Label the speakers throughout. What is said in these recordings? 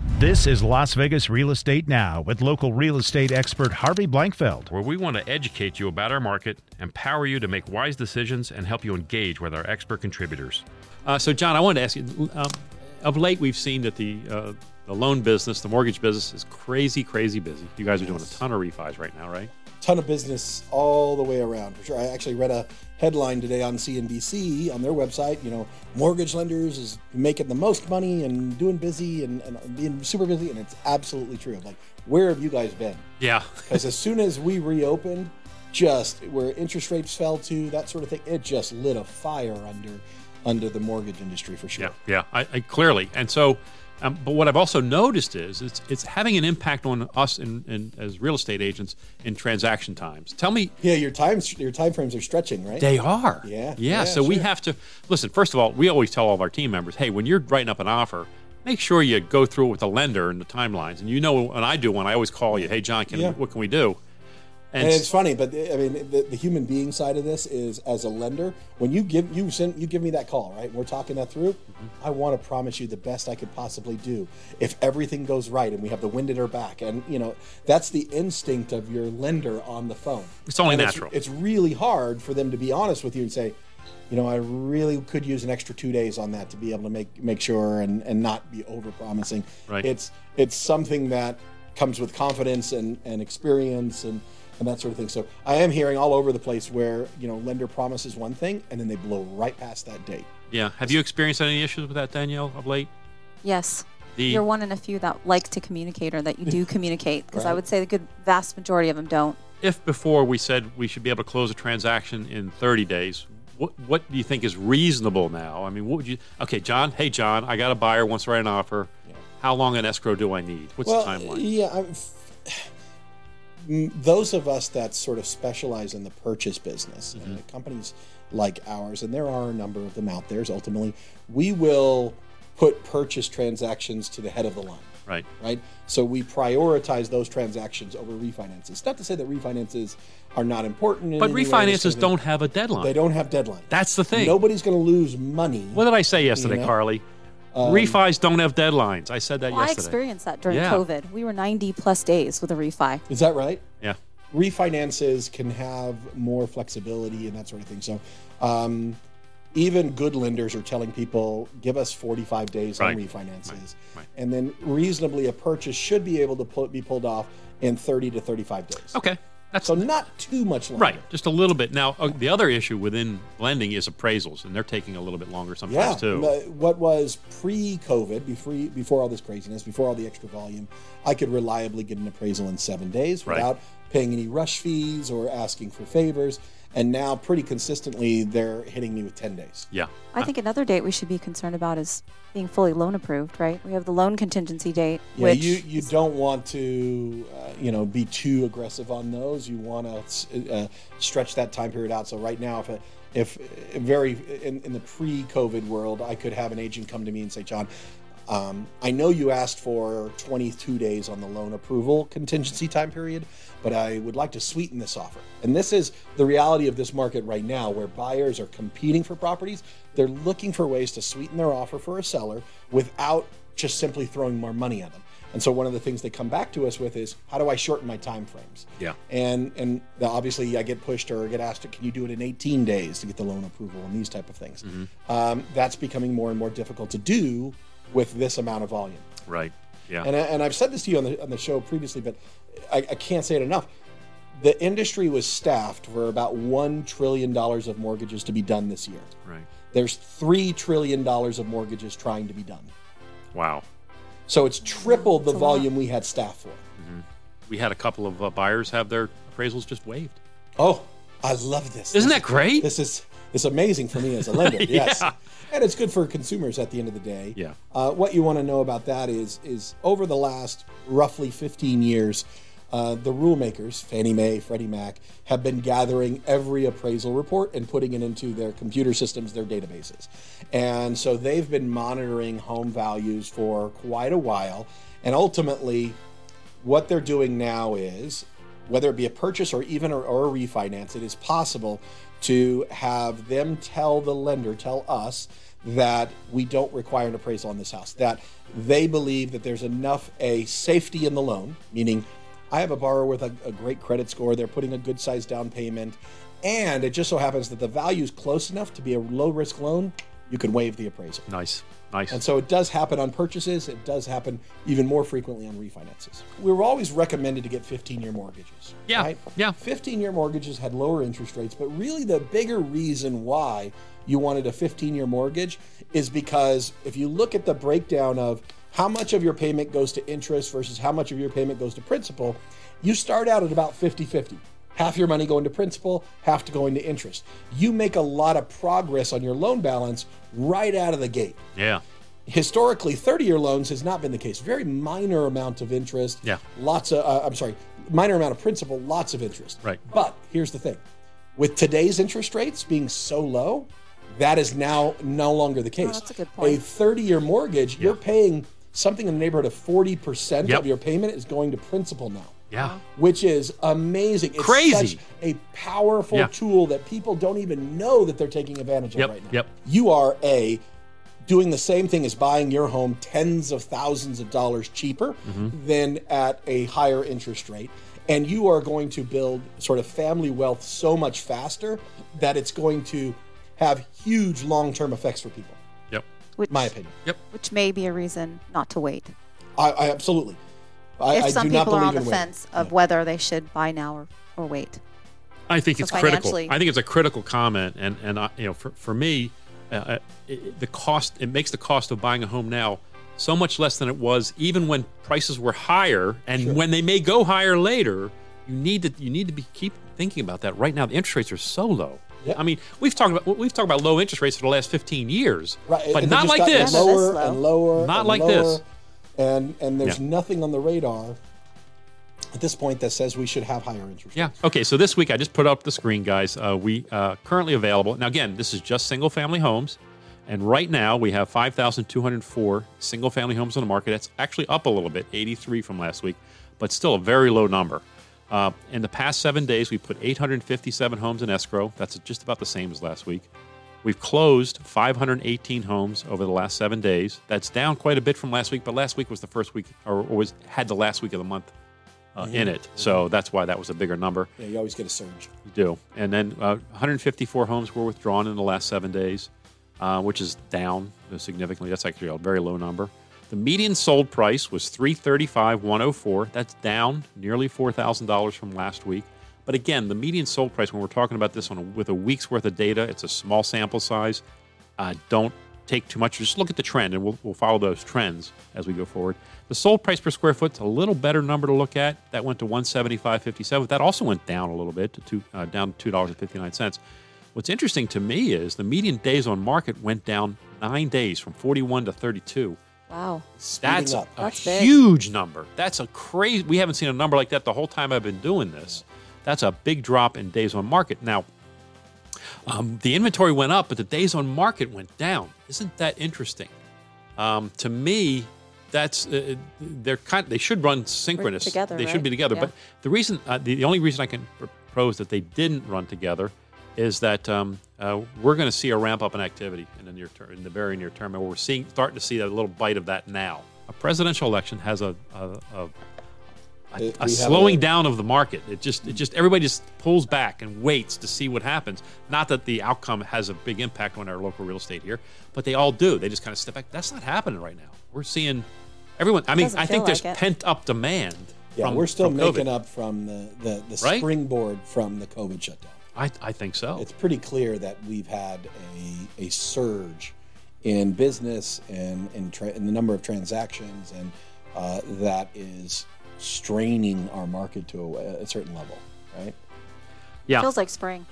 Speaker 1: This is Las Vegas Real Estate Now with local real estate expert Harvey Blankfeld.
Speaker 2: where we want to educate you about our market, empower you to make wise decisions, and help you engage with our expert contributors.
Speaker 3: Uh, so, John, I wanted to ask you. Um, of late, we've seen that the uh, the loan business, the mortgage business, is crazy, crazy busy. You guys are doing a ton of refis right now, right?
Speaker 4: ton of business all the way around for sure. I actually read a headline today on CNBC on their website. You know, mortgage lenders is making the most money and doing busy and, and being super busy, and it's absolutely true. I'm like, where have you guys been?
Speaker 3: Yeah.
Speaker 4: Because as soon as we reopened, just where interest rates fell to that sort of thing, it just lit a fire under under the mortgage industry for sure.
Speaker 3: Yeah, yeah, I, I, clearly. And so, um, but what I've also noticed is it's it's having an impact on us in, in, as real estate agents in transaction times. Tell me,
Speaker 4: Yeah, your times your time frames are stretching, right?
Speaker 3: they are.
Speaker 4: Yeah,
Speaker 3: Yeah.
Speaker 4: yeah,
Speaker 3: so we
Speaker 4: sure.
Speaker 3: have to listen. First of all, we always tell all of our team members, hey, when you're writing up an offer. Make sure you go through it with the lender and the timelines. And you know, when I do one, I always call you, "Hey, John, can
Speaker 4: Yeah.
Speaker 3: what can we do?"
Speaker 4: And it's funny, but I mean, the, the human being side of this is as a lender, when you give you send you give me that call, right? We're talking that through.
Speaker 3: Mm-hmm.
Speaker 4: I want to promise you the best I could possibly do. If everything goes right and we have the wind at our back, and you know that's the instinct of your lender on the phone.
Speaker 3: It's only
Speaker 4: And
Speaker 3: natural.
Speaker 4: It's, really hard for them to be honest with you and say, you know, I really could use an extra two days on that to be able to make make sure and and not be over promising.
Speaker 3: Right.
Speaker 4: It's it's something that comes with confidence and, and experience and, and that sort of thing. So I am hearing all over the place where, you know, lender promises one thing and then they blow right past that date.
Speaker 3: Yeah. Have you experienced any issues with that, Danielle, of late?
Speaker 5: Yes.
Speaker 3: The-
Speaker 5: You're one in a few that like to communicate or that you do communicate because I
Speaker 4: Right.
Speaker 5: would say the good vast majority of them don't.
Speaker 3: If before we said we should be able to close a transaction in 30 days, what, what do you think is reasonable now? I mean, what would you? Okay, John. Hey, John. I got a buyer wants to write an offer. How long an escrow do I need? What's the timeline?
Speaker 4: Yeah, I'm f- m- those of us that sort of specialize in the purchase business,
Speaker 3: Mm-hmm.
Speaker 4: uh, companies like ours, and there are a number of them out there. so Ultimately, we will put purchase transactions to the head of the line.
Speaker 3: Right.
Speaker 4: right? So we prioritize those transactions over refinances. Not to say that refinances are not important, in
Speaker 3: But
Speaker 4: any way,
Speaker 3: refinances
Speaker 4: this kind of thing.
Speaker 3: don't have a deadline.
Speaker 4: They don't have deadlines.
Speaker 3: That's the thing.
Speaker 4: Nobody's going to lose money.
Speaker 3: What did I say yesterday,
Speaker 4: know?
Speaker 3: Carly?
Speaker 4: Um,
Speaker 3: Refis don't have deadlines. I said that
Speaker 5: Well, I
Speaker 3: yesterday.
Speaker 5: experienced that during
Speaker 3: Yeah.
Speaker 5: COVID. We were 90 plus days with a refi.
Speaker 4: Is that right?
Speaker 3: yeah.
Speaker 4: Refinances can have more flexibility and that sort of thing. So, um, even good lenders are telling people, give us 45 days on
Speaker 3: Right.
Speaker 4: refinances.
Speaker 3: Right.
Speaker 4: And then reasonably, a purchase should be able to pull, be pulled off in 30 to 35 days.
Speaker 3: Okay. That's
Speaker 4: So, not too much longer.
Speaker 3: Right, just a little bit. Now, uh, the other issue within lending is appraisals, and they're taking a little bit longer sometimes
Speaker 4: Yeah.
Speaker 3: too.
Speaker 4: the- What was pre-COVID, before before all this craziness, before all the extra volume, I could reliably get an appraisal in seven days
Speaker 3: Right.
Speaker 4: without paying any rush fees or asking for favors. And now, pretty consistently, they're hitting me with ten days.
Speaker 3: Yeah,
Speaker 5: I think another date we should be concerned about is being fully loan approved, right? We have the loan contingency date,
Speaker 4: Yeah,
Speaker 5: which
Speaker 4: you you don't want to, uh, you know, be too aggressive on those. You want to uh, stretch that time period out. So right now, if a, if uh, very in, in the pre-COVID world, I could have an agent come to me and say, John. Um, I know you asked for 22 days on the loan approval contingency time period, but I would like to sweeten this offer. And this is the reality of this market right now, where buyers are competing for properties. They're looking for ways to sweeten their offer for a seller without just simply throwing more money at them. And so one of the things they come back to us with is how do I shorten my time frames?
Speaker 3: Yeah.
Speaker 4: And and the- obviously I get pushed or get asked, can you do it in 18 days to get the loan approval and these type of things. Um, that's becoming more and more difficult to do with this amount of volume.
Speaker 3: right. Yeah,
Speaker 4: And, I, and I've said this to you on the, on the show previously, but I, I can't say it enough. The industry was staffed for about $1 trillion of mortgages to be done this year.
Speaker 3: right.
Speaker 4: There's $3 trillion of mortgages trying to be done.
Speaker 3: Wow.
Speaker 4: So it's tripled the
Speaker 5: That's a lot.
Speaker 4: volume we had staff for.
Speaker 3: We had a couple of uh, buyers have their appraisals just waived.
Speaker 4: Oh, I love this.
Speaker 3: Isn't
Speaker 4: This-
Speaker 3: that great?
Speaker 4: This is it's amazing for me as a lender.
Speaker 3: Yeah.
Speaker 4: Yes. And it's good for consumers at the end of the day.
Speaker 3: Yeah.
Speaker 4: Uh, what you want to know about that is is over the last roughly 15 years, uh, the rulemakers, Fannie Mae, Freddie Mac, have been gathering every appraisal report and putting it into their computer systems, their databases. And so they've been monitoring home values for quite a while. And ultimately, what they're doing now is whether it be a purchase or even or, or a refinance it is possible to have them tell the lender tell us that we don't require an appraisal on this house, that they believe that there's enough a safety in the loan, meaning I have a borrower with a, a great credit score, they're putting a good size down payment, and it just so happens that the value is close enough to be a low risk loan, you could waive the appraisal.
Speaker 3: Nice, nice.
Speaker 4: And so it does happen on purchases. It does happen even more frequently on refinances. We were always recommended to get 15 year mortgages.
Speaker 3: Yeah,
Speaker 4: Right?
Speaker 3: yeah.
Speaker 4: 15 year mortgages had lower interest rates, but really the bigger reason why you wanted a 15 year mortgage is because if you look at the breakdown of how much of your payment goes to interest versus how much of your payment goes to principal, you start out at about 50 50. Half your money going to principal, half to going to interest. You make a lot of progress on your loan balance right out of the gate
Speaker 3: yeah,
Speaker 4: historically 30 year loans has not been the case very minor amount of interest
Speaker 3: Yeah.
Speaker 4: lots of uh, i'm sorry minor amount of principal lots of interest
Speaker 3: Right.
Speaker 4: but here's the thing with today's interest rates being so low that is now no longer the case
Speaker 5: Oh, that's a good point.
Speaker 4: 30 year mortgage you're paying something in the neighborhood of 40%
Speaker 3: Yep.
Speaker 4: of your payment is going to principal now
Speaker 3: yeah.
Speaker 4: which is amazing it's
Speaker 3: Crazy.
Speaker 4: such a powerful
Speaker 3: Yeah.
Speaker 4: tool that people don't even know that they're taking advantage
Speaker 3: Yep,
Speaker 4: of right now
Speaker 3: yep.
Speaker 4: you are a doing the same thing as buying your home tens of thousands of dollars cheaper
Speaker 3: Mm-hmm.
Speaker 4: than at a higher interest rate and you are going to build sort of family wealth so much faster that it's going to have huge long-term effects for people
Speaker 3: Yep.
Speaker 5: which,
Speaker 4: my opinion
Speaker 5: which may be a reason not to wait.
Speaker 4: i, I absolutely i,
Speaker 5: if
Speaker 4: I
Speaker 5: some
Speaker 4: do not
Speaker 5: people are
Speaker 4: believe
Speaker 5: on the
Speaker 4: in waiting.
Speaker 5: fence of whether they should buy now or, or wait.
Speaker 3: I think
Speaker 5: So
Speaker 3: it's critical.
Speaker 5: financially-
Speaker 3: I think it's a critical comment, and and I, you know, for for me, uh, uh, it- it, the cost it makes the cost of buying a home now so much less than it was even when prices were higher, and when they may go higher later. You need to you need to be keep thinking about that right now. The interest rates are so low.
Speaker 4: Yep.
Speaker 3: I mean, we've talked about we've talked about low interest rates for the last fifteen years,
Speaker 4: Right,
Speaker 3: but
Speaker 4: and they
Speaker 3: not
Speaker 4: just
Speaker 3: like
Speaker 4: gotten
Speaker 3: this.
Speaker 5: low.
Speaker 4: Lower
Speaker 5: Not this
Speaker 4: and lower.
Speaker 3: Not
Speaker 4: and
Speaker 3: like
Speaker 4: lower,
Speaker 3: this.
Speaker 4: And and there's
Speaker 3: Yeah.
Speaker 4: nothing on the radar at this point that says we should have higher interest.
Speaker 3: Yeah. Okay. So this week I just put up the screen, guys. Uh, we uh, currently available. Now, again, this is just single family homes, and right now we have five thousand two hundred four single family homes on the market. That's actually up a little bit, eighty three from last week, but still a very low number. Uh, in the past seven days, we put eight hundred fifty seven homes in escrow. That's just about the same as last week. We've closed 518 homes over the last seven days. That's down quite a bit from last week, but last week was the first week, or, or was had the last week of the month uh, in it. So that's why that was a bigger number.
Speaker 4: Yeah, you always get a surge.
Speaker 3: You do. And then uh, 154 homes were withdrawn in the last seven days, uh, which is down significantly. That's actually a very low number. The median sold price was 335,104. That's down nearly $4,000 from last week. But again, the median sold price, when we're talking about this on a, with a week's worth of data, it's a small sample size. Uh, don't take too much. Just look at the trend, and we'll, we'll follow those trends as we go forward. The sold price per square foot's a little better number to look at. That went to 175.57. That also went down a little bit to two, uh, down two dollars and fifty nine cents. What's interesting to me is the median days on market went down nine days from 41 to 32.
Speaker 5: Wow.
Speaker 4: Speeding
Speaker 3: That's
Speaker 4: up.
Speaker 3: a
Speaker 5: That's big.
Speaker 3: huge number. That's a crazy. We haven't seen a number like that the whole time I've been doing this. That's a big drop in days on market. Now, um, the inventory went up, but the days on market went down. Isn't that interesting? Um, to me, that's uh, they're kind. They should run synchronous.
Speaker 5: together,
Speaker 3: they should
Speaker 5: right?
Speaker 3: be together.
Speaker 5: Yeah.
Speaker 3: But the reason, uh, the, the only reason I can propose that they didn't run together is that um, uh, we're going to see a ramp up in activity in the near term, in the very near term, and we're seeing starting to see a little bite of that now. A presidential election has a a, a,
Speaker 4: We
Speaker 3: a,
Speaker 4: have
Speaker 3: a
Speaker 4: a-
Speaker 3: slowing down of the market. It just it just everybody just pulls back and waits to see what happens. Not that the outcome has a big impact on our local real estate here, but they all do. They just kind of step back. That's not happening right now. We're seeing everyone. I mean,
Speaker 5: Doesn't
Speaker 3: I think
Speaker 5: feel
Speaker 3: there's
Speaker 5: like it.
Speaker 3: pent up demand.
Speaker 4: Yeah,
Speaker 3: from-
Speaker 4: we're still
Speaker 3: from
Speaker 4: making
Speaker 3: COVID.
Speaker 4: up from the the, the
Speaker 3: Right? Oh.
Speaker 4: springboard from the COVID shutdown.
Speaker 3: I, I think so.
Speaker 4: It's pretty clear that we've had a a surge in business and in, tra- in the number of transactions, and uh, that is straining our market to a, a certain level, right?
Speaker 3: Yeah.
Speaker 5: Feels like spring.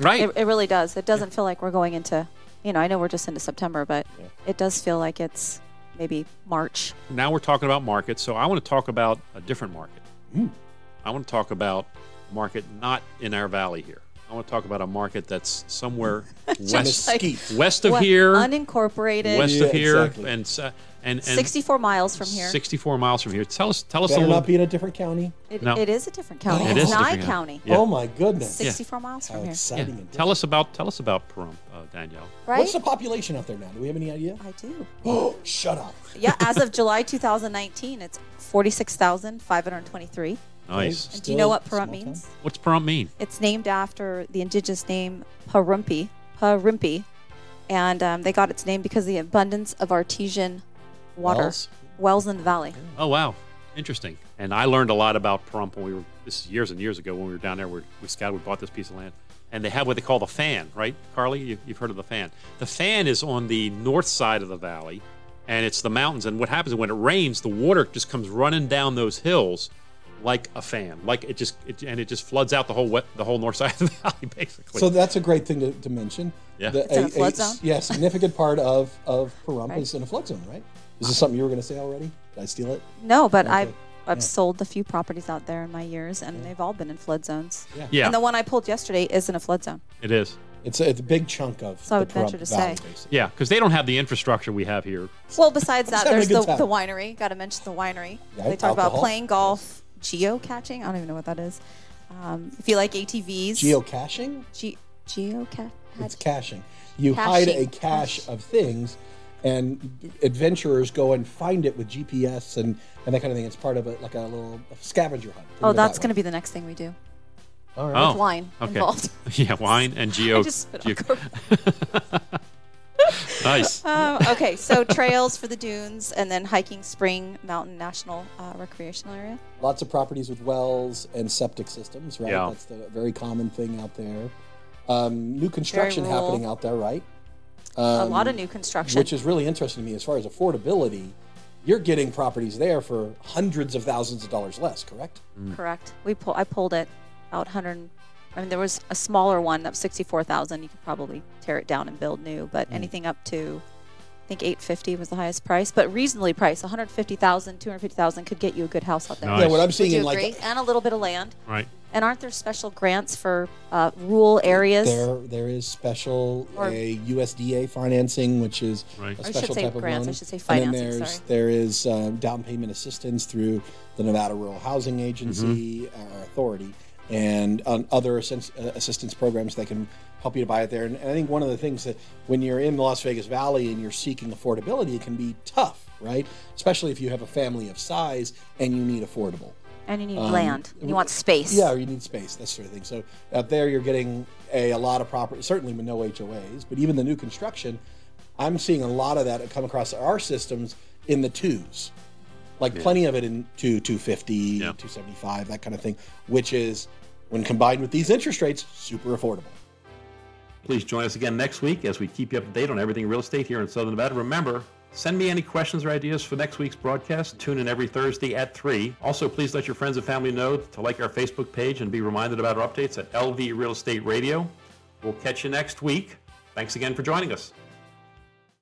Speaker 3: right.
Speaker 5: It, it really does. It doesn't feel like we're going into, you know, I know we're just into September, but it does feel like it's maybe March.
Speaker 3: now we're talking about markets. So I want to talk about a different market.
Speaker 4: Hmm.
Speaker 3: I want to talk about a market not in our valley here. I want to talk about a market that's somewhere west
Speaker 5: like-
Speaker 4: Mesquite.
Speaker 3: west of
Speaker 5: What,
Speaker 3: here,
Speaker 5: Unincorporated.
Speaker 3: west
Speaker 4: Yeah,
Speaker 3: of here,
Speaker 4: exactly.
Speaker 3: and s- And, and
Speaker 5: 64 miles from here.
Speaker 3: 64 miles from here. Tell us, tell us a
Speaker 4: Better
Speaker 3: little.
Speaker 4: not be in a differerent county.
Speaker 5: It,
Speaker 3: No.
Speaker 5: it is a different county.
Speaker 4: It
Speaker 5: it's
Speaker 4: is a
Speaker 5: Nye
Speaker 3: different
Speaker 5: County.
Speaker 3: Yeah.
Speaker 4: Oh my goodness!
Speaker 5: 64 miles
Speaker 4: How
Speaker 5: from here.
Speaker 3: yeah.
Speaker 4: exciting! and
Speaker 3: Tell us about, tell us about Perum, uh, Danielle.
Speaker 5: Right?
Speaker 4: What's the population out there now? Do we have any idea?
Speaker 5: I do.
Speaker 4: Oh, shut up!
Speaker 5: Yeah, as of July 2019, it's 46,523.
Speaker 3: Nice.
Speaker 5: And do you know what
Speaker 4: Still
Speaker 5: Pahrump
Speaker 4: small town?
Speaker 5: means?
Speaker 3: What's Perum mean?
Speaker 5: It's named after the indigenous name Pahrumpi, Pahrumpi, and um, they got its name because of the abundance of artesian water
Speaker 4: Wells?
Speaker 5: wells, in the valley.
Speaker 3: Oh wow, interesting. And I learned a lot about Pahrump when we were this is years and years ago when we were down there. We we scouted. We bought this piece of land, and they have what they call the fan, right, Carly? You, you've heard of the fan. The fan is on the north side of the valley, and it's the mountains. And what happens is when it rains, the water just comes running down those hills like a fan, like it just it, and it just floods out the whole wet, the whole north side of the valley, basically.
Speaker 4: So that's a great thing to, to mention.
Speaker 3: Yeah.
Speaker 4: The-
Speaker 5: It's in a flood zone?
Speaker 4: Yeah, significant part of of Pahrump is in a flood zone, right? Is this something you were going to say already? Did I steal it?
Speaker 5: No, but I've,
Speaker 4: Okay.
Speaker 5: I've
Speaker 4: Yeah.
Speaker 5: sold a few properties out there in my years, and they've all been in flood zones.
Speaker 3: yeah,
Speaker 5: And the one I pulled yesterday is in a flood zone.
Speaker 3: it is.
Speaker 4: It's a, it's a big chunk of
Speaker 5: So I would
Speaker 4: the
Speaker 5: venture
Speaker 4: Pahrump
Speaker 5: to
Speaker 4: Valley,
Speaker 5: say.
Speaker 4: basically.
Speaker 3: Yeah, because they don't have the infrastructure we have here.
Speaker 5: Well, besides that,
Speaker 4: having a
Speaker 5: there's the,
Speaker 4: good time.
Speaker 5: the winery. Got to mention the winery.
Speaker 4: Yeah,
Speaker 5: they talk
Speaker 4: alcohol.
Speaker 5: about playing golf, geo catching. I don't even know what that is. Um, if you like ATVs,
Speaker 4: Geocaching?
Speaker 5: ge- geo catch.
Speaker 4: It's caching. You
Speaker 5: Caching.
Speaker 4: hide a cache of things, and adventurers go and find it with GPS and, and that kind of thing. It's part of a, like a little scavenger hunt.
Speaker 5: Oh, that's going to be the next thing we do.
Speaker 4: All right.
Speaker 3: Oh,
Speaker 5: wine involved.
Speaker 3: yeah, wine and geo.
Speaker 5: I just spit
Speaker 3: geo-
Speaker 5: all over.
Speaker 3: nice.
Speaker 5: Um, okay, so trails for the dunes, and then hiking Spring Mountain National uh, Recreational Area.
Speaker 4: Lots of properties with wells and septic systems, right?
Speaker 3: Yeah.
Speaker 4: That's the very common thing out there. Um, new construction
Speaker 5: rural.
Speaker 4: happening out there, right?
Speaker 5: a lot of new construction.
Speaker 4: Um, Which is really interesting to me as far as affordability. You're getting properties there for hundreds of thousands of dollars less, correct?
Speaker 5: correct. We pull. I pulled it out hundred. I mean, there was a smaller one that was sixty-four thousand. You could probably tear it down and build new, but
Speaker 4: Hmm.
Speaker 5: anything up to, I think eight fifty was the highest price, but reasonably priced. One hundred fifty thousand, two hundred fifty thousand could get you a good house out there.
Speaker 2: Nice.
Speaker 4: Yeah, what I'm
Speaker 5: Would
Speaker 4: seeing
Speaker 5: you
Speaker 4: in like
Speaker 5: agree? and a little bit of land.
Speaker 2: Right.
Speaker 5: And aren't there special grants for uh, rural areas?
Speaker 4: There, there is special
Speaker 5: Or-
Speaker 4: a USDA financing, which is
Speaker 2: Right.
Speaker 4: a
Speaker 5: I should
Speaker 4: special
Speaker 5: say
Speaker 4: type of
Speaker 5: grants, I
Speaker 4: loan.
Speaker 5: should say
Speaker 4: And then
Speaker 5: financing,
Speaker 4: there's
Speaker 5: sorry.
Speaker 4: there is uh, down payment assistance through the Nevada Rural Housing Agency uh, authority and um, other assist- uh, assistance programs that can help you to buy it there. And, and I think one of the things that when you're in the Las Vegas Valley and you're seeking affordability, it can be tough, right? Especially if you have a family of size and you need affordable.
Speaker 5: And you need land. You want space.
Speaker 4: Um, Yeah, or you need space, that sort of thing. So out there, you're getting a, a lot of property, certainly with no HOAs, but even the new construction, I'm seeing a lot of that come across our systems in the twos, like plenty of it in two, 250, 275, that kind of thing, which is, when combined with these interest rates, super affordable.
Speaker 6: Please join us again next week as we keep you up to date on everything real estate here in Southern Nevada. Remember, send me any questions or ideas for next week's broadcast. Tune in every Thursday at 3. Also, please let your friends and family know to like our Facebook page and be reminded about our updates at LV Real Estate Radio. We'll catch you next week. Thanks again for joining us.